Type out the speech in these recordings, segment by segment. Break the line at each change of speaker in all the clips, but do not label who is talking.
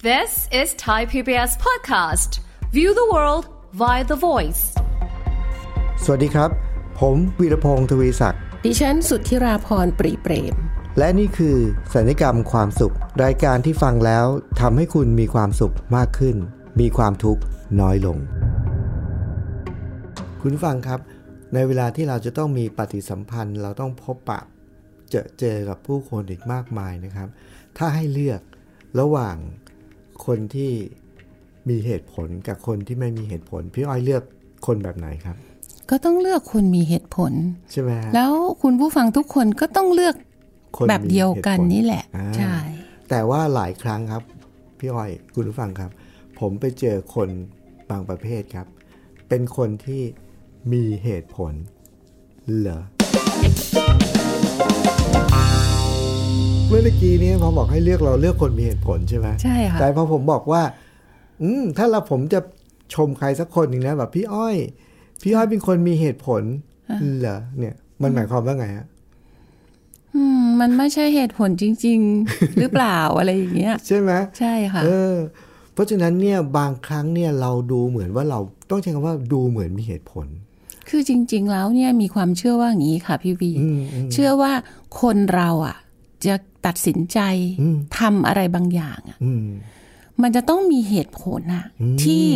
This is Thai PBS podcast. View the world via the voice.
สวัสดีครับ ผมวีรพงศ์ทวีศักดิ์
ดิฉันสุทธิราพรปรีเปรม
และนี่คือสัญญกรรมความสุข รายการที่ฟังแล้วทำให้คุณมีความสุขมากขึ้น มีความทุกข์น้อยลง คุณผู้ฟังครับ ในเวลาที่เราจะต้องมีปฏิสัมพันธ์ เราต้องพบปะเจอเจอกับผู้คนอีกมากมายนะครับ ถ้าให้เลือกระหว่างคนที่มีเหตุผลกับคนที่ไม่มีเหตุผล พี่อ้อยเลือกคนแบบไหนครับ
ก็ต้องเลือกคนมีเหตุผล
ใช่ไหมฮะ
แล้วคุณผู้ฟังทุกคนก็ต้องเลือก
คนมี
แบบเดียวกัน
เหตุผล
นี่แหละ
อ่า
ใช่
แต่ว่าหลายครั้งครับ พี่อ้อยคุณผู้ฟังครับ ผมไปเจอคนบางประเภทครับ เป็นคนที่มีเหตุผลเหรอเมื่อตะกี้เนี้พอบอกให้เลือกเราเลือกคนมีเหตุผลใช่ไหม
ใช่ค่ะ
แต่พอผมบอกว่า อืมถ้าเราผมจะชมใครสักคนหนึ่งนะแบบพี่อ้อย พี่อ้อยเป็นคนมีเหตุผลเหรอเนี่ย มันหมายความว่าไงฮะ
อืมมันไม่ใช่เหตุผลจริง ๆ หรือเปล่าอะไรอย่างเงี้ย
ใช่ไหม
ใช่ค่ะ
เออเพราะฉะนั้นเนี่ยบางครั้งเนี่ยเราดูเหมือนว่าเราต้องใช้คำว่าดูเหมือนมีเหตุผล
คือจริง ๆ แล้วเนี่ยมีความเชื่อว่าอย่างนี้ค่ะพี่วี เชื่อว่าคนเราอ่ะ จะตัดสินใจทำอะไรบางอย่างอะ
อืม
มันจะต้องมีเหตุผลนะที่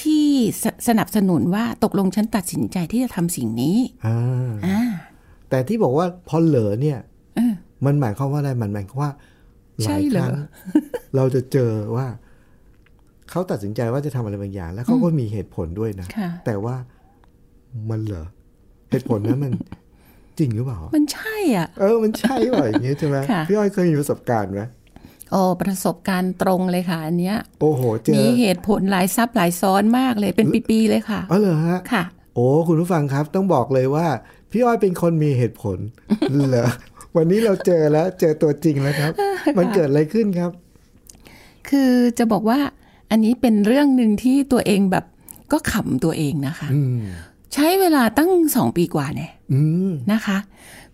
ที่สสนับสนุนว่าตกลงฉันตัดสินใจที่จะทำสิ่งนี้
อ่า
อ่า
แต่ที่บอกว่าพอเหลอเนี่ย
เออ
มันหมายความว่าอะไรมันหมายความว่าห
ใช่
ลายค
เหรอ
รั้ง เราจะเจอว่าเขาตัดสินใจว่าจะทำอะไรบางอย่าง แล้วเขาก็มีเหตุผลด้วยนะ
ค่ะ
แต่ว่ามันเหลอเหตุผลนั้นมัน จริงหรือ เปล่า
มันใช่อ่ะ
เออ มันใช่หรออย่างเงี้ยใช่ไหม
ค่ะ
พี่อ้อยเคยมีประสบการณ์ไหม
โอ้ประสบการณ์ตรงเลยค่ะ อันเนี้ย
โอ้โห เจอ
มีเหตุผลหลายซับหลายซ้อนมากเลยเป็นปีๆเลยค่ะ
อ๋อเหรอฮะ
ค่ะ
โอ้คุณผู้ฟังครับต้องบอกเลยว่า พี่อ้อยเป็นคนมีเหตุผล เหรอวันนี้เราเจอแล้วเจอตัวจริงแล้ว ครับ มันเกิดอะไรขึ้นครับ
คือจะบอกว่าอันนี้เป็นเรื่องหนึ่งที่ตัวเองแบบก็ขำตัวเองนะคะ
อืม
ใช้เวลาตั้งสองปีกว่าเนี่ย
อืม
นะคะ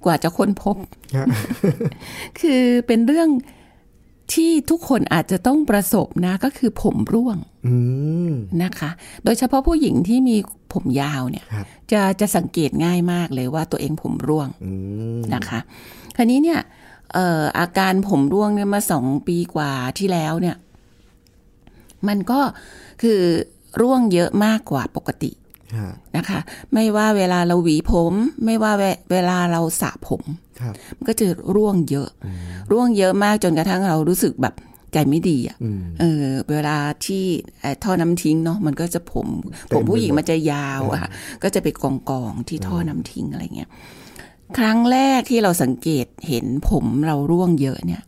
กว่าจะค้นพบ
ฮะ
คือเป็นเรื่องที่ทุกคนอาจจะต้องประสบนะก็คือผมร่วง
อืม
นะคะ โดยเฉพาะผู้หญิงที่มีผมยาวเนี่ย
ครับ
จะจะสังเกตง่ายมากเลยว่าตัวเองผมร่วง
อืม
นะคะคราวนี้เนี่ยเอ่ออาการผมร่วงเนี่ยมาสองปีกว่าที่แล้วเนี่ย มันก็คือร่วงเยอะมากกว่าปกติ
ฮะ
นะคะ ไม่ว่าเวลาเราหวีผม ไม่ว่าเวเวลาเราสระผม
ครับ
มันก็จะร่วงเยอะ ร่วงเยอะมากจนกระทั่งเรารู้สึกแบบใจไม่ดีอ่ะ
อืม
เออ เวลาที่เอ่อท่อน้ำทิ้งเนาะมันก็จะผม
เต็ม
ผมผู้หญิง
ไปหมด
มันจะยาวอะค่ะก็จะไปกองกองๆที่ท่อน้ำทิ้งอะไรเงี้ยครั้งแรกที่เราสังเกตเห็นผมเราร่วงเยอะเนี่ย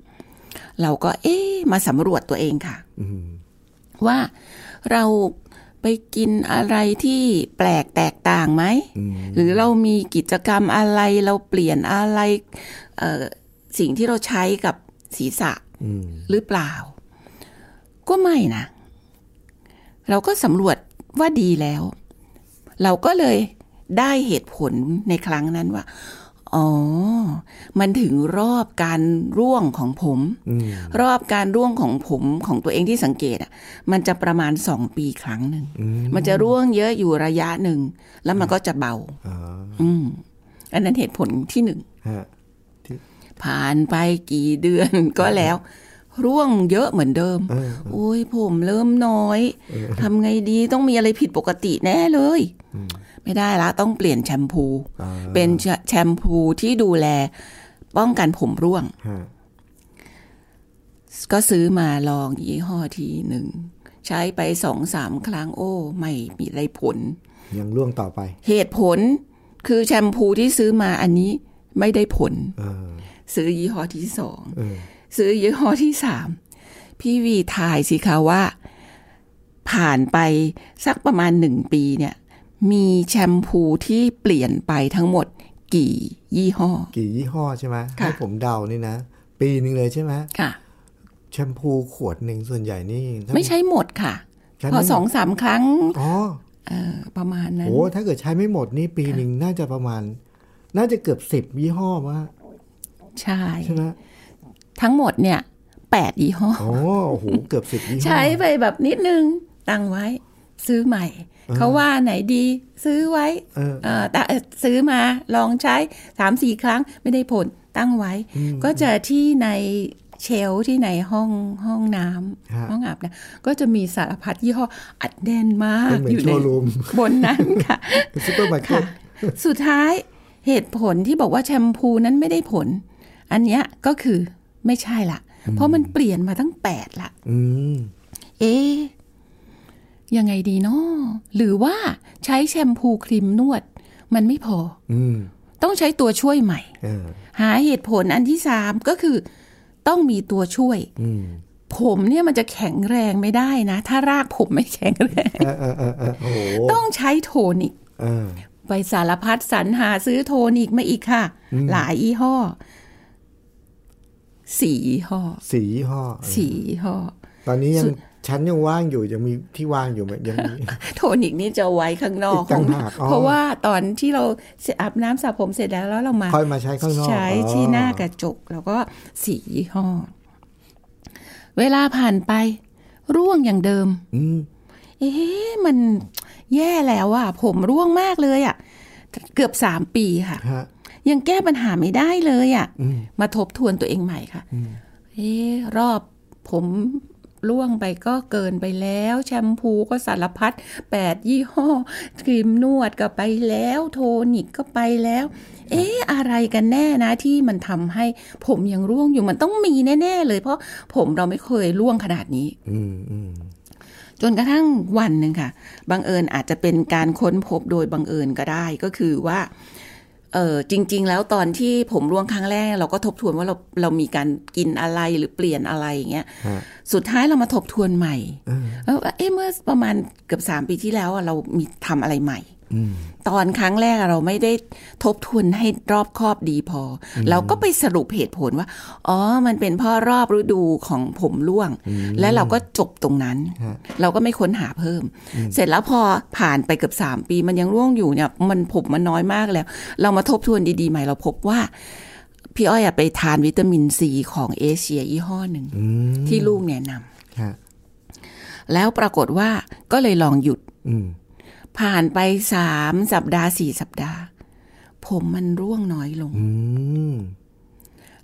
เราก็เอ๊ะมาสำรวจตัวเองค่ะ
อืม
ว่าเราไปกินอะไรที่แปลกแตกต่างไหม
อืม
หรือเรามีกิจกรรมอะไรเราเปลี่ยนอะไรเอ่อสิ่งที่เราใช้กับศีรษะ
อืม
หรือเปล่า ก็ไม่นะ เราก็สำรวจว่าดีแล้ว เราก็เลยได้เหตุผลในครั้งนั้นว่า อ๋อ มันถึงรอบการร่วงของผม
อืม
รอบการร่วงของผมของตัวเองที่สังเกตอ่ะ มันจะประมาณสองปีครั้งหนึ่ง
อืม
มันจะร่วงเยอะอยู่ระยะหนึ่ง แล้วมันก็จะเบา
อ๋อ
อืม อันนั้นเหตุผลที่หนึ่ง
ฮะ
ผ่านไปกี่เดือน ก็แล้ว ร่วงเยอะเหมือนเดิม
เออ
โอ้ยผมเริ่มน้อยทำไงดีต้องมีอะไรผิดปกติแน่เลย ไม่ได้ละต้องเปลี่ยนแชมพู
อ่า
เป็นแชมพูที่ดูแล ป้องกันผมร่วง
ฮะ
ก็ซื้อมาลองยี่ห้อทีหนึ่ง ใช้ไปสองสามครั้งโอ้ ไม่มีอะไรผล
ยังล่วงต่อไป
เหตุผลคือแชมพูที่ซื้อมาอันนี้ไม่ได้ผล
เออ
ซื้อยี่ห้อที่สอง
เออ
ซื้อยี่ห้อที่สามพี่วีทายสิคะว่า ผ่านไปสักประมาณหนึ่งปีเนี่ย มีแชมพูที่เปลี่ยนไปทั้งหมดกี่ยี่ห้อ
กี่ยี่ห้อใช่ไหม
ค่ะ
ให้ผมเดานี่นะ ปีหนึ่งเลยใช่ไหม
ค่ะ
แชมพูขวดหนึ่งส่วนใหญ่นี่ถ้า
ไม่ใช้หมดค่ะ
ใช้ไม่หมด
พอสองสามครั้ง
อ๋อ
เอ่อประมาณนั้น
โอ้ถ้าเกิดใช้ไม่หมดนี่ปีหนึ่งน่าจะประมาณ น่าจะเกือบสิบยี่ห้อมา
ใช่
ใช่ไหม
ทั้งหมดเนี่ย แปดยี่ห้อ
โอ้โหเกือบสิบยี่ห้อ
ใช้ไปแบบนิดนึงตังไว้ ซื้อใหม่ เขาว่าไหนดี ซื้อไว้
เออ
เอ่อตะเอ่อซื้อมาลองใช้สามสี่ครั้งไม่ได้ผลตั้งไว้ ก็จะที่ในเชลฟ์ที่ในห้องห้อง
ฮ
น้
ะ
ำห้องอาบนะก็จะมีสารพัดยี่ห้ออัดแน่นมาก
เหมือน
อยู่ใน
โชว์รูม
บนนั้น ค่ะ
ซุปเปอร์มาร์เก็
ค่ะ
ต
สุดท้ายเหตุผลที่บอกว่าแชมพูนั้นไม่ได้ผล อันเนี้ยก็คือไม่ใช่ละ เพราะมันเปลี่ยนมาตั้งแปดละ
อืม
เอ๊ะยังไงดีเนาะหรือว่าใช้แชมพูครีมนวด มันไม่พอ
อืม
ต้องใช้ตัวช่วยใหม่
เออ
หาเหตุผลอันที่สามก็คือ ต้องมีตัวช่วย
อืม
ผมเนี่ยมันจะแข็งแรงไม่ได้นะ ถ้ารากผมไม่แข็งแรง
เออเออเออเออโอ้โห
ต้องใช้โทนิก
เออ
ไปสารพัดสรรหาซื้อโทนิกมาอีกค่ะ หลายยี่ห้อสี่ยี่ห้อ
สียี่ห้อ
สี่ยี่ห้อ
ตอนนี้ยังชั้นยังว่างอยู่ยังมีที่ว่างอยู่ไหมยังมี
โทนิกนี่จะไว้ข้างนอก
อีกต่างหากอ๋อ
เพราะว่าตอนที่เราเสร็จอาบน้ำสระผมเสร็จแล้วแล้วเรามา
ค่อยมาใช้ข้างนอก
ใช้
อ๋อ
ที่หน้ากระจก แล้วก็สียี่ห้อ เวลาผ่านไป ร่วงอย่างเดิม
อืม
เอ๊ะมันแย่แล้วอ่ะ ผมร่วงมากเลยอ่ะ เกือบสามปีค่ะ
ฮะ
ยังแก้ปัญหาไม่ได้เลยอะ่ะ มาทบทวนตัวเองใหม่ค่ะ เอ๊ะรอบผมล่วงไปก็เกินไปแล้ว แชมพูก็สารพัดแปดยี่ห้อ ครีมนวดก็ไปแล้ว โทนิกก็ไปแล้ว เอ๊ะอะไรกันแน่นะที่มันทำให้ผมยังร่วงอยู่มันต้องมีแน่ๆเลยเพราะผมเราไม่เคยร่วงขนาดนี้
อืมอืม
จนกระทั่งวันหนึ่งค่ะ บังเอิญอาจจะเป็นการค้นพบโดยบังเอิญก็ได้ก็คือว่า เออจริง ๆ แล้วตอนที่ผมร่วงครั้งแรก เราก็ทบทวนว่าเราเรามีการกินอะไรหรือเปลี่ยนอะไรอย่างเงี้ย
ฮะ
สุดท้ายเรามาทบทวนใหม่
เออ
แล้วว่าเอ๊ะเมื่อประมาณเกือบสามปีที่แล้วอะเรามีทำอะไรใหม่
อืม
ตอนครั้งแรกเราไม่ได้ทบทวนให้รอบคอบดีพออเราก็ไปสรุปเหตุผลว่า อ๋อ มันเป็นเพราะรอบฤดูของผมร่วง และเราก็จบตรงนั้น
ฮะ
เราก็ไม่ค้นหาเพิ่ม เสร็จแล้วพอผ่านไปเกือบสามปีมันยังร่วงอยู่เนี่ย มันผมมันน้อยมากแล้ว เรามาทบทวนดีๆใหม่เราพบว่า พี่อ้อยอะไปทานวิตามินซีของเอเชียยี่ห้อหนึ่ง
อืม
ที่ลูกแนะนำ
ฮะ
แล้วปรากฏว่าก็เลยลองหยุด
อืม
ผ่านไปสามสัปดาห์สี่สัปดาห์ ผมมันร่วงน้อยลง
อืม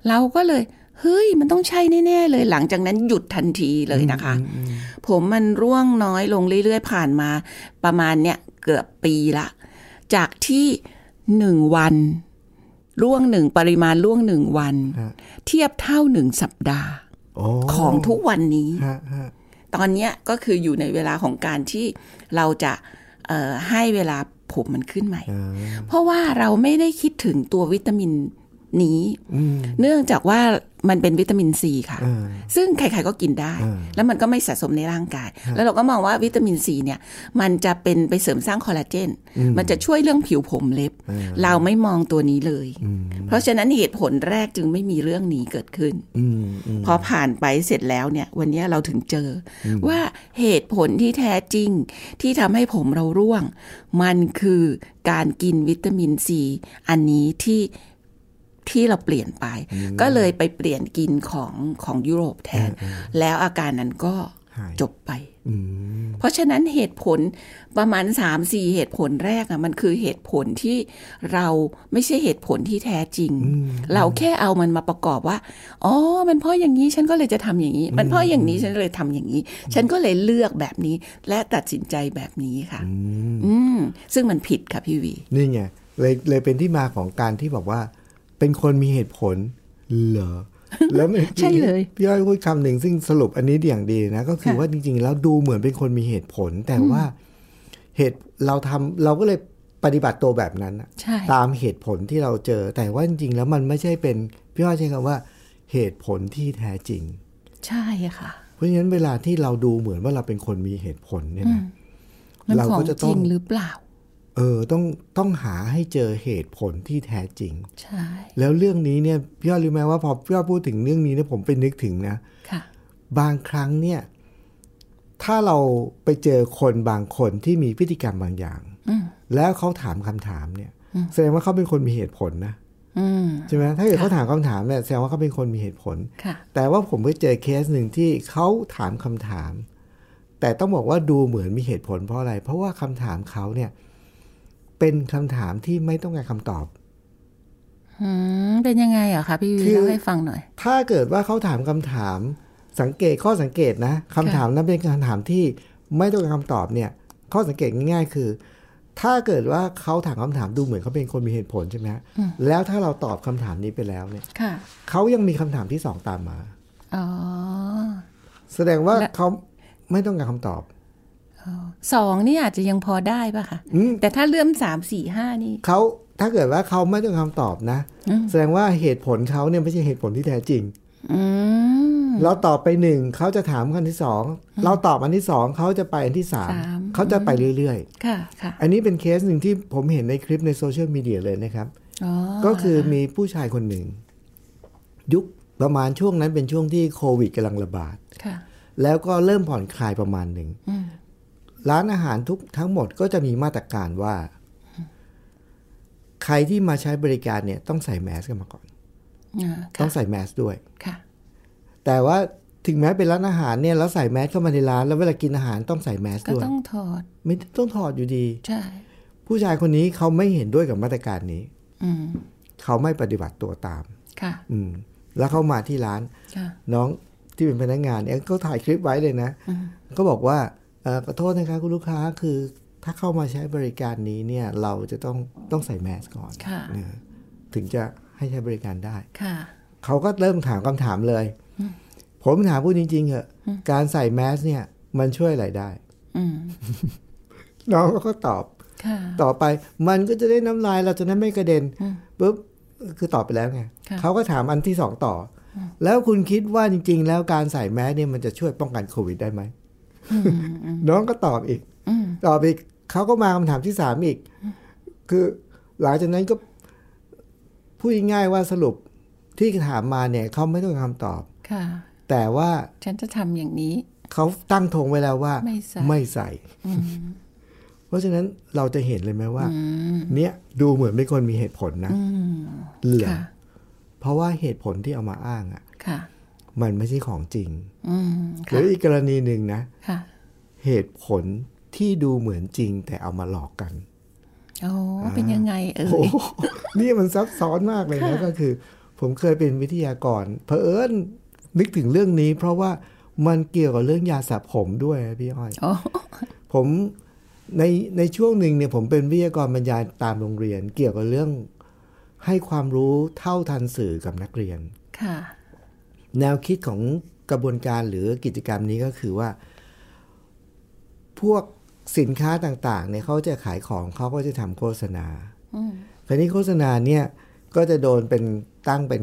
เราก็เลย เฮ้ย มันต้องใช่แน่ ๆ เลยหลังจากนั้นหยุดทันทีเลยนะคะ ผมมันร่วงน้อยลงเรื่อยๆ ผ่านมาประมาณเนี่ยเกือบปีละ จากที่หนึ่งวัน ร่วงหนึ่งปริมาณร่วงหนึ่งวัน
ฮะ
เทียบเท่าหนึ่งสัปดาห์
โอ้
ของทุกวันนี้
ฮะฮะ
ตอนเนี้ยก็คืออยู่ในเวลาของการที่เราจะเอ่อให้เวลาผมมันขึ้นใหม่
อ่า
เพราะว่าเราไม่ได้คิดถึงตัววิตามินนี้
อืม
เนื่องจากว่ามันเป็นวิตามินซีค่ะ
เออ
ซึ่งใครๆก็กินได้
อ่า
แล้วมันก็ไม่สะสมในร่างกาย แล้วเราก็มองว่าวิตามินซีเนี่ย มันจะเป็นไปเสริมสร้างคอลลาเจน มันจะช่วยเรื่องผิวผมเล็บ เราไม่มองตัวนี้เลย เพราะฉะนั้นเหตุผลแรกจึงไม่มีเรื่องนี้เกิดขึ้น
อืมอืม
พอผ่านไปเสร็จแล้วเนี่ย วันนี้เราถึงเจออว่าเหตุผลที่แท้จริง ที่ทำให้ผมเราร่วง มันคือการกินวิตามินซีอันนี้ที่ที่เราเปลี่ยนไป ก็เลยไปเปลี่ยนกินของของยุโรปแทน แล้วอาการนั้นก็
หาย
จบไป
อืม
เพราะฉะนั้นเหตุผลประมาณ 3 4 เหตุผลแรกอะมันคือเหตุผลที่เราไม่ใช่เหตุผลที่แท้จริง เราแค่เอามันมาประกอบว่าอ๋อมันเพราะอย่างนี้ฉันก็เลยจะทำอย่างนี้ มันเพราะอย่างนี้ฉันเลยทำอย่างนี้ ฉันก็เลยเลือกแบบนี้และตัดสินใจแบบนี้ค่ะ อืมซึ่งมันผิดค่ะพี่วี
นี่ไงเลยเลยเป็นที่มาของการที่บอกว่า เป็นคนมีเหตุผลเหรอ แล้วมื่อกี้
ใช่เลย
พี่อ้อยพูดคำหนึ่งซึ่งสรุปอันนี้ดีอย่างดีนะ ก็คือว่าจริงๆ แล้วดูเหมือนเป็นคนมีเหตุผล แต่ว่าเหตุเราทำเราก็เลยปฏิบัติตัวแบบนั้นน่ะ
ใช่
ตามเหตุผลที่เราเจอ แต่ว่าจริงๆแล้วมันไม่ใช่เป็นพี่อ้อยใช้คำว่า เหตุผลที่แท้จริง
ใช่ค่ะ
เพราะฉะนั้นเวลาที่เราดูเหมือนว่าเราเป็นคนมีเหตุผลเนี่ยนะ
มัน
เรา
ขอ
ก็
ง
จะ
จ
ต้อง
ริงหรือเปล่า
เออต้องต้องหาให้เจอเหตุผลที่แท้จริง
ใช่
แล้วเรื่องนี้เนี่ยพี่ยอดรู้ไหมว่าพอพี่ยอดพูดถึงเรื่องนี้เนี่ยผมไปนึกถึงนะ
ค่ะ
บางครั้งเนี่ย ถ้าเราไปเจอคนบางคนที่มีพฤติกรรมบางอย่าง
อืม
แล้วเขาถามคำถามเนี่ย แสดงว่าเขาเป็นคนมีเหตุผลนะ
อืม
ใช่ไหมถ้าเกิดเขาถามคำถามเนี่ยแสดงว่าเขาเป็นคนมีเหตุผล
ค่ะ
แต่ว่าผมไปเจอเคสหนึ่งที่เขาถามคำถาม แต่ต้องบอกว่าดูเหมือนมีเหตุผลเพราะอะไร เพราะว่าคำถามเขาเนี่ยเป็นคำถามที่ไม่ต้องการคำตอบ
อืม เป็นยังไงเหรอคะพี่วี
คือ
เล่าให้ฟังหน่อย
ถ้าเกิดว่าเขาถามคำถามสังเกตข้อสังเกตนะคำถามนั้นเป็นคำถามที่ไม่ต้องการคำตอบเนี่ย ข้อสังเกตง่ายๆคือ ถ้าเกิดว่าเขาถามคำถามดูเหมือนเขาเป็นคนมีเหตุผลใช่ไหมฮะแล้วถ้าเราตอบคำถามนี้ไปแล้วเนี่ย
ค่ะ
เขายังมีคำถามที่สองตามมา
อ๋อ
แสดงว่า
และ
เขาไม่ต้องการคำตอบ
สองนี่อาจจะยังพอได้ป่ะคะ
อืม
แต่ถ้าเริ่มสามสี่ห้านี่
เขาถ้าเกิดว่าเขาไม่ต้องการคำตอบนะ
อืม
แสดงว่าเหตุผลเขาเนี่ยไม่ใช่เหตุผลที่แท้จริง
อืม
เราตอบไปหนึ่งเขาจะถามอันที่สองเราตอบอันที่สองเขาจะไปอันที่สาม
สาม
เขาจะไปเรื่อย
ค่ะ ค่ะ
ๆ อันนี้เป็นเคสหนึ่งที่ผมเห็นในคลิปในโซเชียลมีเดียเลยนะครับ
อ๋อ
ก็คือมีผู้ชายคนหนึ่ง ยุคประมาณช่วงนั้นเป็นช่วงที่โควิดกำลังระบาด
ค่ะ
แล้วก็เริ่มผ่อนคลายประมาณหนึ่ง
อืม
ร้านอาหารทุกทั้งหมดก็จะมีมาตรการว่า ใครที่มาใช้บริการเนี่ยต้องใส่แมสกันมาก่อน
อ่า
ต้อง
ค่ะ
ใส่แมสด้วย
ค่ะ
แต่ว่าถึงแม้เป็นร้านอาหารเนี่ยแล้วใส่แมสเข้ามาในร้านแล้วเวลากินอาหารต้องใส่แมส
ก็
ด้วย
ต้องถอด
ไม่ต้องถอดอยู่ดี
ใช่
ผู้ชายคนนี้เขาไม่เห็นด้วยกับมาตรการนี้
อืม
เขาไม่ปฏิบัติตัวตาม
ค่ะ
อืม แล้วเขามาที่ร้าน
ค่ะ
น้องที่เป็นพนักงานเนี่ยก็ถ่ายคลิปไว้เลยนะก็บอกว่าเอ่อขอโทษนะคะคุณลูกค้าคือถ้าเข้ามาใช้บริการนี้เนี่ยเราจะต้องต้องใส่แมสก่อน
ค่ะ
เออถึงจะให้ใช้บริการได้
ค่ะ
เขาก็เริ่มถามคำถามเลย ผมถามพูดจริงๆเหอะการใส่แมสเนี่ยมันช่วยอะไรได้
อืม
น้องก็ตอบ
ค่ะ
ต่อไปมันก็จะได้น้ำลายเราจะนั้นไม่กระเด็น
อืม
ปุ๊บคือตอบไปแล้วไง
ค่ะ
เขาก็ถามอันที่สองต่ออแล้วคุณคิดว่าจริง ๆ แล้วการใส่แมสเนี่ยมันจะช่วยป้องกันโควิดได้ไหม
อืมอืม
น้องก็ตอบอีก
อืม
ตอบอีกเขาก็มาคำถามที่สามอีก คือหลังจากนั้นก็พูดง่ายๆว่าสรุปที่ถามมาเนี่ยเขาไม่ต้องการคำตอบ
ค่ะ
แต่ว่า
ฉันจะทำอย่างนี้
เขาตั้งธงไว้แล้วว่า
ไม่ใส่
ใส่ เพราะฉะนั้นเราจะเห็นเลยไหมว่า
อืม
เนี่ยดูเหมือนเป็นคนมีเหตุผลนะ
อืม
เหลือ
ค่ะ
เพราะว่าเหตุผลที่เอามาอ้างอะ่ะ
ค่ะ
มันไม่ใช่ของจริง
อืม
หรื
ค่ะ
ออีกกรณีหนึ่งนะ
ค่ะ
เหตุผลที่ดูเหมือนจริง แต่เอามาหลอกกัน
โอ้เป็นยังไงเอ่
โอ้
ย
โหนี่มันซับซ้อนมากเลยนะก็คือ ผมเคยเป็นวิทยากรเผอิญนึกถึงเรื่องนี้ เพราะว่ามันเกี่ยวกับเรื่องยาสระผมด้วยนะพี่อ้อย
โอ้
ผมในในช่วงหนึ่งเนี่ยผมเป็นวิทยากรบรรยายตามโรงเรียน เกี่ยวกับเรื่องให้ความรู้เท่าทันสื่อกับนักเรียน
ค่ะ
แนวคิดของกระบวนการหรือกิจกรรมนี้ก็คือว่า พวกสินค้าต่างๆเนี่ยเขาจะขายของเขาก็จะทำโฆษณา
อืม
คราวนี้โฆษณาเนี่ยก็จะโดนเป็นตั้งเป็น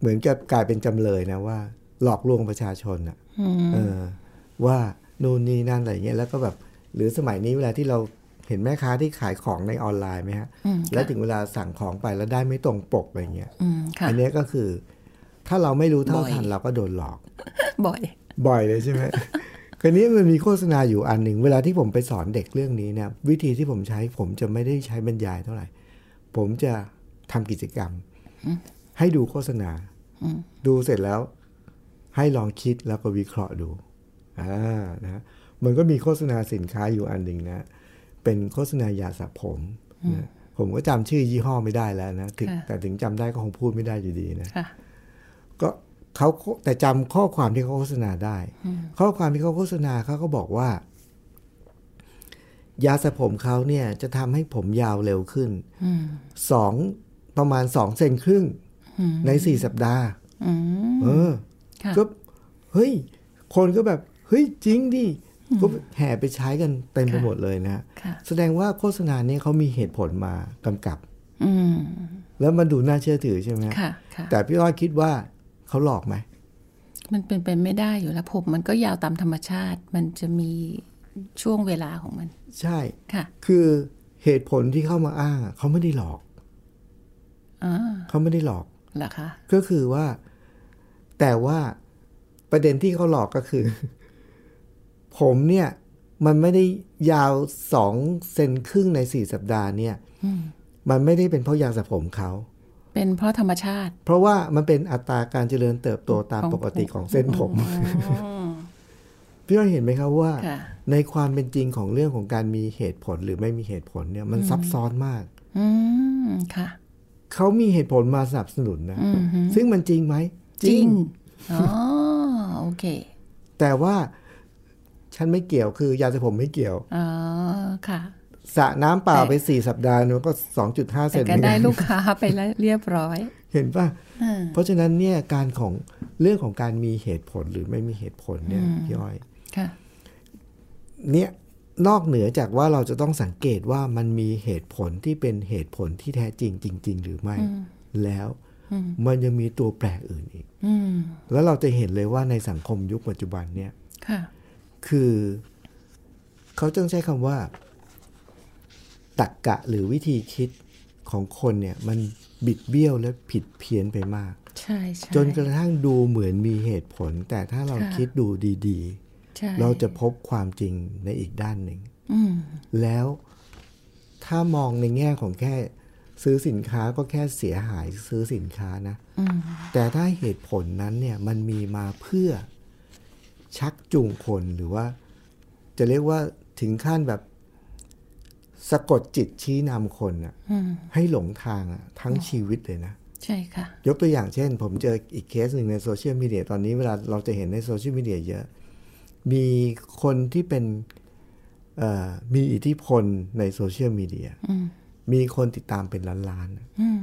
เหมือนกับกลายเป็นจำเลยนะว่า หลอกลวงประชาชนอะ
อืม
เออ ว่านู่นนี่นั่นอะไรเงี้ยแล้วก็แบบหรือสมัยนี้เวลาที่เราเห็นแม่ค้าที่ขายของในออนไลน์ไหมฮะ
อืม
แล้วถึงเวลาสั่งของไปแล้วได้ไม่ตรงปกอะไรเงี้ย
อืม ค่ะ
อัเนี้ยก็คือ ถ้าเราไม่รู้เท่า
บ่อย
ทันเราก็โดนหลอก
บ่อย
บ่อยเลย ใช่ไหม คราวนี้มันมีโฆษณาอยู่อันหนึ่ง เวลาที่ผมไปสอนเด็กเรื่องนี้เนี่ยวิธีที่ผมใช้ผมจะไม่ได้ใช้บรรยายเท่าไหร่ ผมจะทำกิจกรรม ให้ดูโฆษณา ดูเสร็จแล้ว ให้ลองคิดแล้วก็วิเคราะห์ดูอ่านะมันก็มีโฆษณาสินค้าอยู่อันหนึ่งนะ เป็นโฆษณายาสระผมนะผมก็จำชื่อยี่ห้อไม่ได้แล้วนะถึง
ค่ะ
แต่ถึงจำได้ก็คงพูดไม่ได้อยู่ดีนะ
ค่ะ
ก็เขาแต่จำข้อความที่เขาโฆษณาได้ ข้อความที่เขาโฆษณาเขาก็บอกว่า ยาสระผมเขาเนี่ยจะทำให้ผมยาวเร็วขึ้น
อืม
สองประมาณสองเซนครึ่ง
อืม
ในสี่สัปดาห์
อืม
เออ
ค่ะ
ก็เฮ้ย คนก็แบบเฮ้ยจริงดิก็แห่ไปใช้กันเต็มไปหมดเลยนะ
ค่ะ
แสดงว่าโฆษณาเนี่ยเขามีเหตุผลมากำกับ
อืม
แล้วมันดูน่าเชื่อถือใช่ไหม
ค่ะ ค่ะ
แต่พี่อ้อยคิดว่าเขาหลอกไหม
มันเป็นไปไม่ได้อยู่แล้วผมมันก็ยาวตามธรรมชาติ มันจะมีช่วงเวลาของมัน
ใช่
ค่ะ
คือเหตุผลที่เข้ามาอ้างอะเขาไม่ได้หลอก
อ่า
เขาไม่ได้หลอก
เหรอคะ
ก็คือว่า แต่ว่าประเด็นที่เขาหลอกก็คือ ผมเนี่ย มันไม่ได้ยาวสองเซนครึ่งในสี่สัปดาห์เนี่ย มันไม่ได้เป็นเพราะยาสระผมเขา
เป็นเพราะธรรมชาติ
เพราะว่ามันเป็นอัตราการเจริญเติบโตตามปกติของเส้นผมพี่เราเห็นไหมครับว่า
ค่ะ
ในความเป็นจริงของเรื่องของการมีเหตุผลหรือไม่มีเหตุผลเนี่ยมันซับซ้อนมาก
อืมค่ะ
เขามีเหตุผลมาสนับสนุนนะ ซึ่งมันจริงไหม
อ๋อโอเค
แต่ว่าฉันไม่เกี่ยวคือยาสระผมไม่เกี่ยว
อ๋อค่ะ
สระน้ำเปล่า
แต่
ไปสี่สัปดาห์มันก็สองจุดห้าเซ
แต่
นเห
ก็
มือน
ได้
กัน
ลูกค้าไปแล้วเรียบร้อย
เห็นป่ะ
อ่า
เพราะฉะนั้นเนี่ยการของเรื่องของการมีเหตุผลหรือไม่มีเหตุผลเนี่ยพี่อ้อย
ค่ะ
เนี่ยนอกเหนือจากว่าเราจะต้องสังเกตว่ามันมีเหตุผลที่เป็นเหตุผลที่แท้จริงจริง ๆ หรือไม่ แล้วมันยังมีตัวแปรอื่นอีก
อืม
แล้วเราจะเห็นเลยว่าในสังคมยุคปัจจุบันเนี่ย
ค่ะ
คือเขาต้องใช้คำว่าตรรกกะหรือวิธีคิดของคนเนี่ย มันบิดเบี้ยวและผิดเพี้ยนไปมาก
ใช่ใช่
จนกระทั่งดูเหมือนมีเหตุผล แต่ถ้าเราคิดดูดี
ใช่
ๆ เราจะพบความจริงในอีกด้านหนึ่ง
อืม
แล้วถ้ามองในแง่ของแค่ซื้อสินค้าก็แค่เสียหายซื้อสินค้านะ
อืม
แต่ถ้าเหตุผลนั้นเนี่ยมันมีมาเพื่อชักจูงคนหรือว่า จะเรียกว่าถึงขั้นแบบสะกดจิตชี้นำคนน่ะ
อืม
ให้หลงทางอะทั้งชีวิตเลยนะ
ใช่ค่ะ
ยกตัวอย่างเช่น ผมเจออีกเคสหนึ่งในโซเชียลมีเดียตอนนี้เวลาเราจะเห็นในโซเชียลมีเดียเยอะ มีคนที่เป็นเอ่อมีอิทธิพลในโซเชียลมีเดีย
อืม
มีคนติดตามเป็นล้านๆนะ
อืม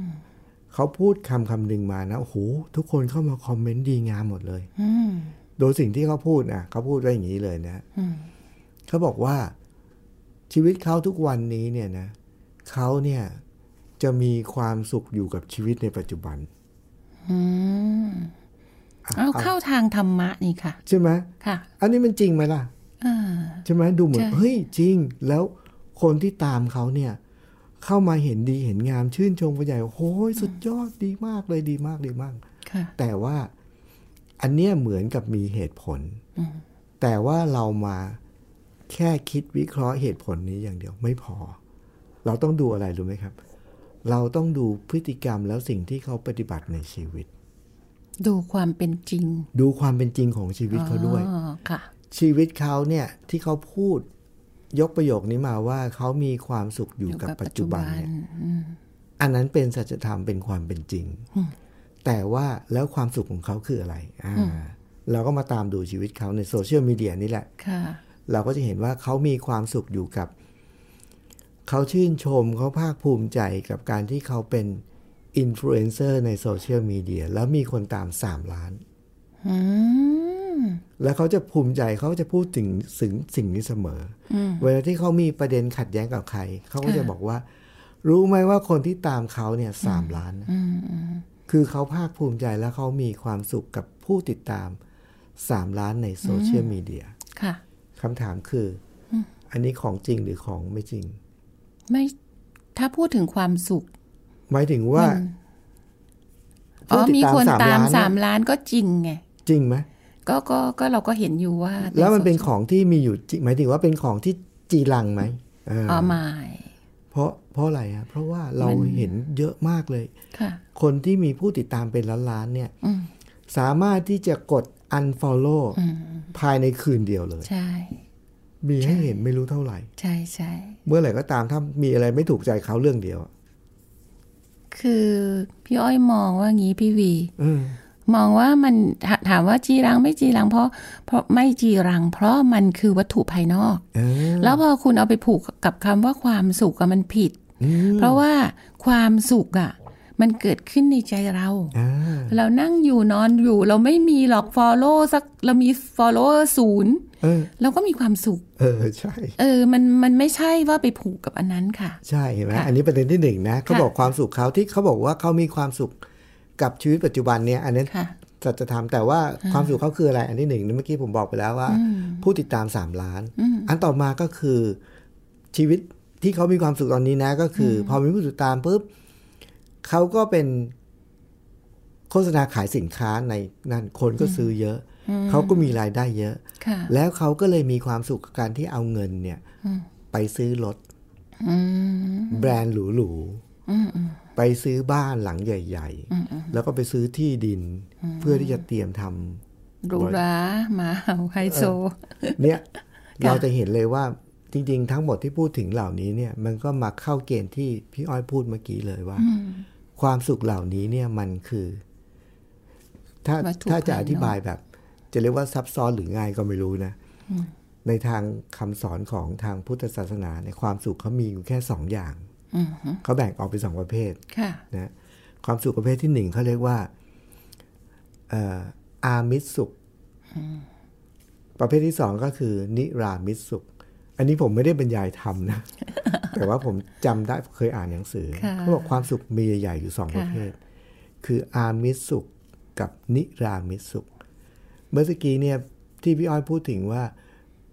เขาพูดคำคำหนึ่งมานะโอ้โหทุกคนเข้ามาคอมเมนต์ดีงามหมดเลย
อืม
โดยสิ่งที่เขาพูดอ่ะเขาพูดไว้อย่างนี้เลยนะ
อืม
เขาบอกว่าชีวิตเขาทุกวันนี้เนี่ยนะเขาเนี่ยจะมีความสุขอยู่กับชีวิตในปัจจุบัน
อืม
อ่ะ
เอาเข้าทางธรรมะนี่ค่ะ
ใช่ไหม
ค่ะ
อันนี้มันจริงไหมล่ะ
อ่า
ใช่ไหมดูเหมือน
ใช่
เฮ้ยจริง แล้วคนที่ตามเขาเนี่ย เข้ามาเห็นดีเห็นงามชื่นชมกันใหญ่โอ้ยสุดยอดดีมากเลยดีมากดีมาก
ค่ะ
แต่ว่าอันเนี้ยเหมือนกับมีเหตุผล แต่ว่าเรามาแค่คิดวิเคราะห์เหตุผลนี้อย่างเดียวไม่พอ เราต้องดูอะไรรู้ไหมครับ เราต้องดูพฤติกรรมแล้วสิ่งที่เขาปฏิบัติในชีวิต
ดูความเป็นจริง
ดูความเป็นจริงของชีวิตเขาด้วย
อ๋อค่ะ
ชีวิตเขาเนี่ยที่เขาพูดยกประโยคนี้มาว่าเขามีความสุขอยู่กับปัจจุบันเนี่ยอันนั้นเป็นสัจธรรมเป็นความเป็นจริง แต่ว่าแล้วความสุขของเขาคืออะไรอ่าเราก็มาตามดูชีวิตเขาในโซเชียลมีเดียนี่แหละ
ค่ะ
เราก็จะเห็นว่าเขามีความสุขอยู่กับ เขาชื่นชมเขาภาคภูมิใจกับการที่เขาเป็นอินฟลูเอนเซอร์ในโซเชียลมีเดียแล้วมีคนตาม 3 ล้าน
อืม
แล้วเขาจะภูมิใจเขาจะพูดถึงสิ่งสิ่งนี้เสมออเวลาที่เขามีประเด็นขัดแย้งกับใคร เขาก็จะบอกว่า รู้ไหมว่าคนที่ตามเขาเนี่ยสามล้านนะคือเขาภาคภูมิใจและเขามีความสุขกับผู้ติดตามสามล้านในโซเชียลมีเดีย
ค่ะ
คำถามคือออันนี้ของจริงหรือของไม่จริง
ไม่ถ้าพูดถึงความสุข
หมายถึงว่า
อ๋อ
ผู้ติด
มี
ตาม
คน
สาม
ตา
ล้ามน
สาม
เนี่ย
ล้านก็จริงไง
จริงไหม
ก็ก็ก็เราก็เห็นอยู่ว่า
แล้วมันเป็นของที่มีอยู่จริงหมายถึงว่าเป็นของที่จีรังไหมเออ
อ๋อไม่
เพราะเพราะอะไรฮะเพราะว่าเราเห็นเยอะมากเลย
ค่ะ
คนที่มีผู้ติดตามเป็นล้านๆเนี่ย
อืม
สามารถที่จะกด unfollow ภายในคืนเดียวเลย
ใช่
มีให้เห็นไม่รู้เท่าไหร่
ใช่ใช่
เมื่อไหร่ก็ตามถ้ามีอะไรไม่ถูกใจเขาเรื่องเดียวอะ
คือพี่อ้อยมองว่างี้พี่วี
เออ
มองว่ามันถถามว่าจีรังไม่จีรังเพราะ เพราะไม่จีรัง เพราะมันคือวัตถุภายนอก
เออ
แล้วพอคุณเอาไปผูกกับคำว่าความสุขอะมันผิด
อืม
เพราะว่าความสุขอะมันเกิดขึ้นในใจเรา
อ่า
เรานั่งอยู่นอนอยู่ เราไม่มีหรอก follow สักเรามี follower ศูนย์
เออ
เราก็มีความสุข
เออใช่
เออ มันมันไม่ใช่ว่าไปผูกกับอันนั้นค่ะ
ใช่เห็นไหม
ค่ะ
อันนี้ประเด็นที่หนึ่งนะเขา
ค่ะ
บอกความสุขเขาที่เขาบอกว่าเขามีความสุขกับชีวิตปัจจุบันเนี่ยอันนั้น
ค่ะ
สัจธรรมแต่ว่าความสุขเขาคืออะไร อันที่หนึ่งเมื่อกี้ผมบอกไปแล้วว่า ผู้ติดตามสามล้าน อันต่อมาก็คือชีวิตที่เขามีความสุขตอนนี้นะ ก็คืออพอมีผู้ติดตามปุ๊บเขาก็เป็นโฆษณาขายสินค้าในนั่นคนก็ซื้อเยอะ เขาก็มีรายได้เยอะ
ค่ะ
แล้วเขาก็เลยมีความสุขกับการที่เอาเงินเนี่ย ไปซื้อรถ
อืม
แบรนด์หรู ไปซื้อบ้านหลังใหญ่ ๆ แล้วก็ไปซื้อที่ดินเพื่อที่จะเตรียมท
หรูหรามาไฮโซ
ำเนี่ยเราจะเห็นเลยว่าจริง ๆ ทั้งหมดที่พูดถึงเหล่านี้เนี่ย มันก็มาเข้าเกณฑ์ที่พี่อ้อยพูดเมื่อกี้เลยว่า ความสุขเหล่านี้เนี่ยมันคือ ถ้า
วัตถุ
ถ้าจะ
ภายนอก
อธิบายแบบ จะเรียกว่าซับซ้อนหรือง่ายก็ไม่รู้นะ ในทางคำสอนของทางพุทธศาสนาในยความสุขเขามีอยู่แค่สองอย่างเขาแบ่งออกเป็นสองประเภท
ค่ะ
นะความสุขประเภทที่หนึ่งเขาเรียกว่าเอ่ออามิสสุข ประเภทที่สองก็คือ นิรามิสสุข อันนี้ผมไม่ได้บรรยายธรรมนะ แต่ว่าผมจำได้เคยอ่านหนังสือ
ค่ะ
เขาบอกความสุขมีใหญ่ๆอยู่สอง
ค่ะ
ประเภท คืออามิสสุขกับนิรามิสสุข เมื่อสกี้เนี่ยที่พี่อ้อยพูดถึงว่า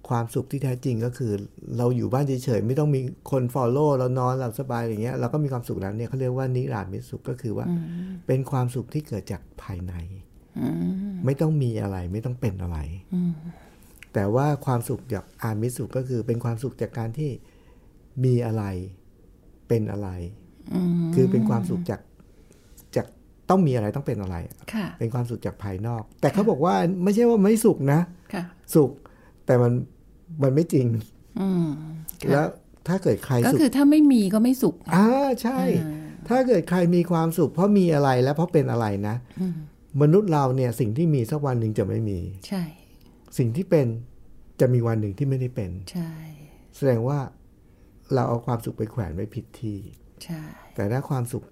ความสุขที่แท้จริงก็คือ เราอยู่บ้านเฉยๆไม่ต้องมีคนฟอลโล่เรานอนหลับสบายอย่างเงี้ยเราก็มีความสุขแล้วเนี่ยเขาเรียกว่านิรามิตสุขก็คือว่า เป็นความสุขที่เกิดจากภายใน ไม่ต้องมีอะไรไม่ต้องเป็นอะไร แต่ว่าความสุขแบบอามิตสุขก็คือเป็นความสุขจากการที่มีอะไรเป็นอะไร คือเป็นความสุขจากจากต้องมีอะไรต้องเป็นอะไร
ค่ะ
เป็นความสุขจากภายนอก แต่เขาบอกว่าไม่ใช่ว่าไม่สุขนะ
ค่ะ
สุข แต่มันมันไม่จริง
อืมค่ะ
แล้วถ้าเกิดใคร
ก็
สุข
คือถ้าไม่มีก็ไม่สุข
อ่าใช่ ถ้าเกิดใครมีความสุข เพราะมีอะไรและเพราะเป็นอะไรนะ มนุษย์เราเนี่ยสิ่งที่มีสักวันหนึ่งจะไม่มี
ใช่
สิ่งที่เป็นจะมีวันหนึ่งที่ไม่ได้เป็น
ใช่
แสดงว่าเราเอาความสุขไปแขวนไว้ผิดที่
ใช่
แต่ถ้าความสุข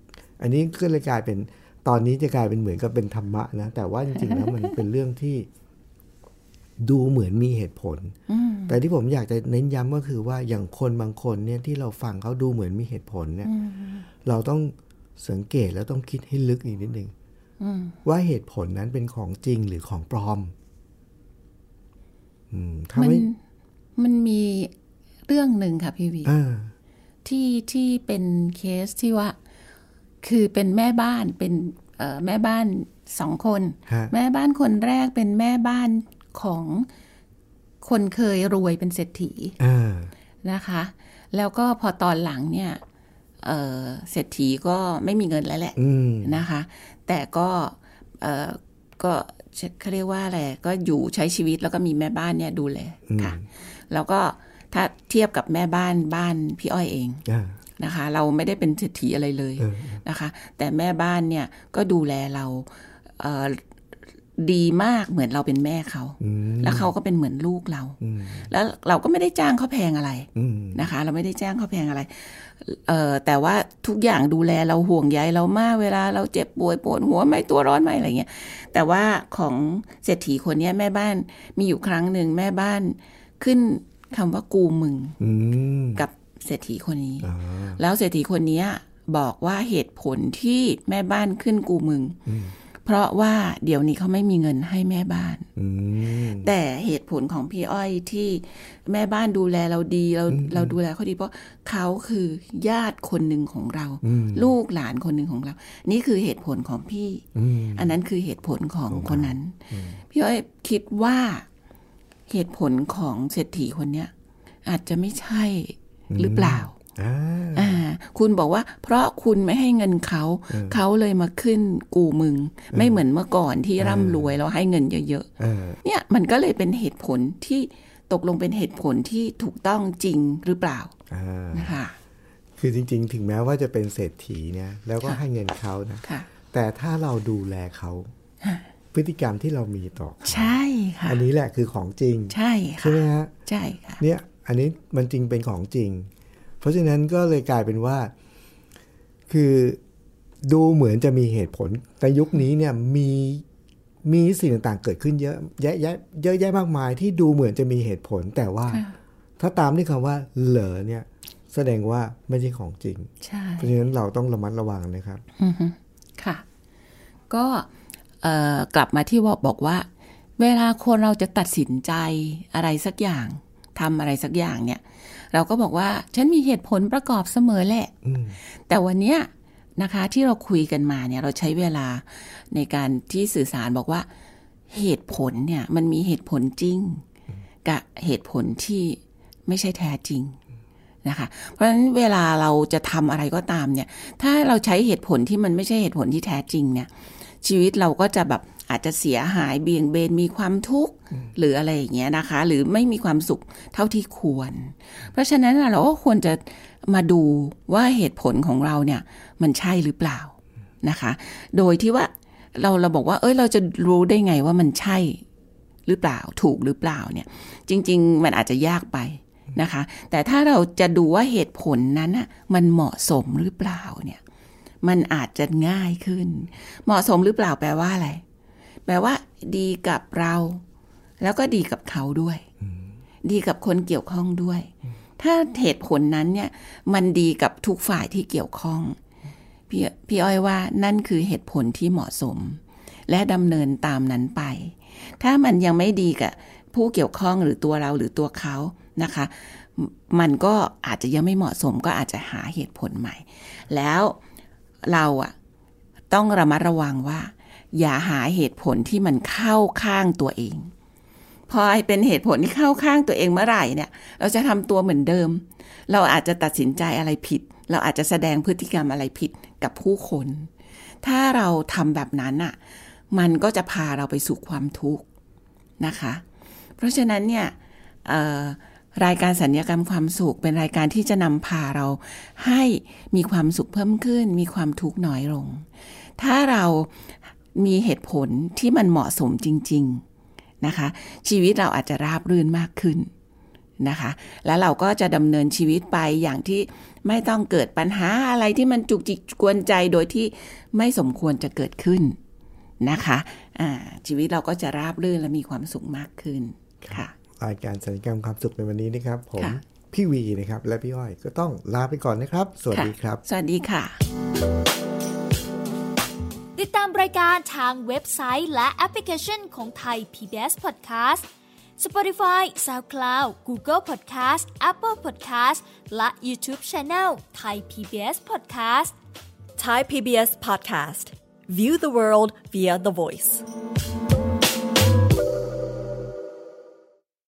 อันนี้ก็เลยกลายเป็นตอนนี้จะกลายเป็นเหมือนกับเป็นธรรมะนะ แต่ว่าจริงๆแล้วมัน เป็นเรื่องที่ดูเหมือนมีเหตุผล แต่ที่ผมอยากจะเน้นย้ำก็คือว่าอย่างคนบางคนเนี่ยที่เราฟังเขาดูเหมือนมีเหตุผลเนี่ย เราต้องสังเกตแล้วต้องคิดให้ลึกอีกนิดนึงว่าเหตุผลนั้นเป็นของจริงหรือของปลอม อืมถ้า
มัน
ไม่
มันมีเรื่องหนึ่งค่ะพี่วี
อ่า
ที่ที่เป็นเคสที่ว่า คือเป็นแม่บ้านเป็นเอ่อแม่บ้านสองคน
ฮะ
แม่บ้านคนแรกเป็นแม่บ้านของคนเคยรวยเป็นเศรษฐี
อ่า
นะคะ แล้วก็พอตอนหลังเนี่ยเอ่อเศรษฐีก็ไม่มีเงินแล้วแหละ
อืม
นะคะ แต่ก็เอ่อก็เขาเรียกว่าอะไรก็อยู่ใช้ชีวิตแล้วก็มีแม่บ้านเนี่ยดูแลค่ะ แล้วก็ถ้าเทียบกับแม่บ้านบ้านพี่อ้อยเอง
อ่า
นะคะ เราไม่ได้เป็นเศรษฐีอะไรเลย
เออ
นะคะ แต่แม่บ้านเนี่ยก็ดูแลเราเอ่อดีมากเหมือนเราเป็นแม่เขา
อืม
แล้วเขาก็เป็นเหมือนลูกเรา
อืม
แล้วเราก็ไม่ได้จ้างเขาแพงอะไร
อืม
นะคะ เราไม่ได้แจ้งเขาแพงอะไรเอ่อแต่ว่าทุกอย่างดูแลเราห่วงใยเรามากเวลาเราเจ็บป่วยปวดหัวไหมตัวร้อนไหมอะไรเงี้ยแต่ว่าของเศรษฐีคนเนี้ยแม่บ้านมีอยู่ครั้งหนึ่งแม่บ้านขึ้นคำว่ากูมึง
อืม
กับเศรษฐีคนนี้
อ่า
แล้วเศรษฐีคนเนี้ยบอกว่าเหตุผลที่แม่บ้านขึ้นกูมึง เพราะว่าเดี๋ยวนี้เขาไม่มีเงินให้แม่บ้าน
อืม
แต่เหตุผลของพี่อ้อยที่แม่บ้านดูแลเราดีเราเราดูแลเขาดีเพราะเขาคือญาติคนหนึ่งของเรา
อืม
ลูกหลานคนหนึ่งของเรา นี่คือเหตุผลของพี่
อืม
อันนั้นคือเหตุผลของคนนั้น พี่อ้อยคิดว่าเหตุผลของเศรษฐีคนเนี้ยอาจจะไม่ใช่หรือเปล่า
อ่า
อ่าคุณบอกว่าเพราะคุณไม่ให้เงินเขา เขาเลยมาขึ้นกูมึง ไม่เหมือนเมื่อก่อนที่ร่ำรวยแล้วให้เงินเยอะ
เออ
ๆเนี่ยมันก็เลยเป็นเหตุผลที่ตกลงเป็นเหตุผลที่ถูกต้องจริงหรือเปล่า
อ่า
นะคะ
คือจริง ๆ ถึงแม้ว่าจะเป็นเศรษฐีเนี่ยแล้วก็ให้เงินเขานะ
ค่ะ
แต่ถ้าเราดูแลเขา พฤติกรรมที่เรามีต่อ
ใช่ค่ะ
อันนี้แหละคือของจริง
ใช่
ใช่
ค่ะ
ไหมฮะ
ใช่ค่ะ
เนี่ยอันนี้มันจริงเป็นของจริง เพราะฉะนั้นก็เลยกลายเป็นว่า คือดูเหมือนจะมีเหตุผล แต่ยุคนี้เนี่ยมีมีสิ่งต่างๆเกิดขึ้นเยอะแยะแยะเยอะแยะมากมายที่ดูเหมือนจะมีเหตุผล แต่ว่า
ค่ะ
ถ้าตามด้วยคำว่า เหลอเนี่ย แสดงว่าไม่ใช่ของจริง
ใช่
เพราะฉะนั้นเราต้องระมัดระวังนะครับ
อือฮึค่ะ ก็เอ่อกลับมาที่ว่าบอกว่า เวลาคนเราจะตัดสินใจอะไรสักอย่างทำอะไรสักอย่างเนี่ย เราก็บอกว่าฉันมีเหตุผลประกอบเสมอแหละ
อืม
แต่วันเนี้ยนะคะที่เราคุยกันมาเนี่ยเราใช้เวลาในการที่สื่อสารบอกว่าเหตุผลเนี่ยมันมีเหตุผลจริง กับเหตุผลที่ไม่ใช่แท้จริง นะคะ เพราะฉะนั้นเวลาเราจะทำอะไรก็ตามเนี่ย ถ้าเราใช้เหตุผลที่มันไม่ใช่เหตุผลที่แท้จริงเนี่ย ชีวิตเราก็จะแบบอาจจะเสียหายเบี่ยงเบนมีความทุกข์หรืออะไรอย่างเงี้ยนะคะ หรือไม่มีความสุขเท่าที่ควร เพราะฉะนั้นน่ะเราก็ควรจะมาดูว่าเหตุผลของเราเนี่ย มันใช่หรือเปล่านะคะ โดยที่ว่าเราเราบอกว่า เอ้ยเราจะรู้ได้ไงว่ามันใช่หรือเปล่าถูกหรือเปล่าเนี่ย จริง ๆ มันอาจจะยากไปนะคะ แต่ถ้าเราจะดูว่าเหตุผลนั้นน่ะมันเหมาะสมหรือเปล่าเนี่ย มันอาจจะง่ายขึ้น เหมาะสมหรือเปล่าแปลว่าอะไร แปลว่า ดีกับเรา แล้วก็ดีกับเขาด้วย ดีกับคนเกี่ยวข้องด้วย ถ้าเหตุผลนั้นเนี่ย มันดีกับทุกฝ่ายที่เกี่ยวข้อง พี่พี่อ้อยว่านั่นคือเหตุผลที่เหมาะสม และดำเนินตามนั้นไป ถ้ามันยังไม่ดีกับผู้เกี่ยวข้องหรือตัวเราหรือตัวเขานะคะมมันก็อาจจะยังไม่เหมาะสมก็อาจจะหาเหตุผลใหม่ แล้วเราอะต้องระมัดระวังว่า อย่าหาเหตุผลที่มันเข้าข้างตัวเอง พอไอ้เป็นเหตุผลที่เข้าข้างตัวเองเมื่อไหร่เนี่ย เราจะทำตัวเหมือนเดิม เราอาจจะตัดสินใจอะไรผิด เราอาจจะแสดงพฤติกรรมอะไรผิดกับผู้คน ถ้าเราทำแบบนั้นอะมันก็จะพาเราไปสู่ความทุกข์นะคะ เพราะฉะนั้นเนี่ยเอ่อรายการสัญญกรรมความสุขเป็นรายการที่จะนำพาเราให้มีความสุขเพิ่มขึ้น มีความทุกข์น้อยลง ถ้าเรามีเหตุผลที่มันเหมาะสมจริง ๆนะคะ ชีวิตเราอาจจะราบรื่นมากขึ้นนะคะ แล้วเราก็จะดำเนินชีวิตไปอย่างที่ไม่ต้องเกิดปัญหาอะไรที่มันจุกจิกกวนใจโดยที่ไม่สมควรจะเกิดขึ้นนะคะอ่าชีวิตเราก็จะราบรื่นและมีความสุขมากขึ้นค่ะ
รายการสัญญกรรมความสุขในวันนี้นะครับ ผม
ค่ะ
พี่วีนะครับ และพี่อ้อยก็ต้องลาไปก่อนนะครับ สวัสดีครับ
สวัสดีค่ะ
ติดตามรายการทางเว็บไซต์และแอปพลิเคชันของไทย PBS Podcast Spotify SoundCloud Google Podcast Apple Podcast และ YouTube Channel Thai PBS Podcast
Thai PBS Podcast. View the world via the voice.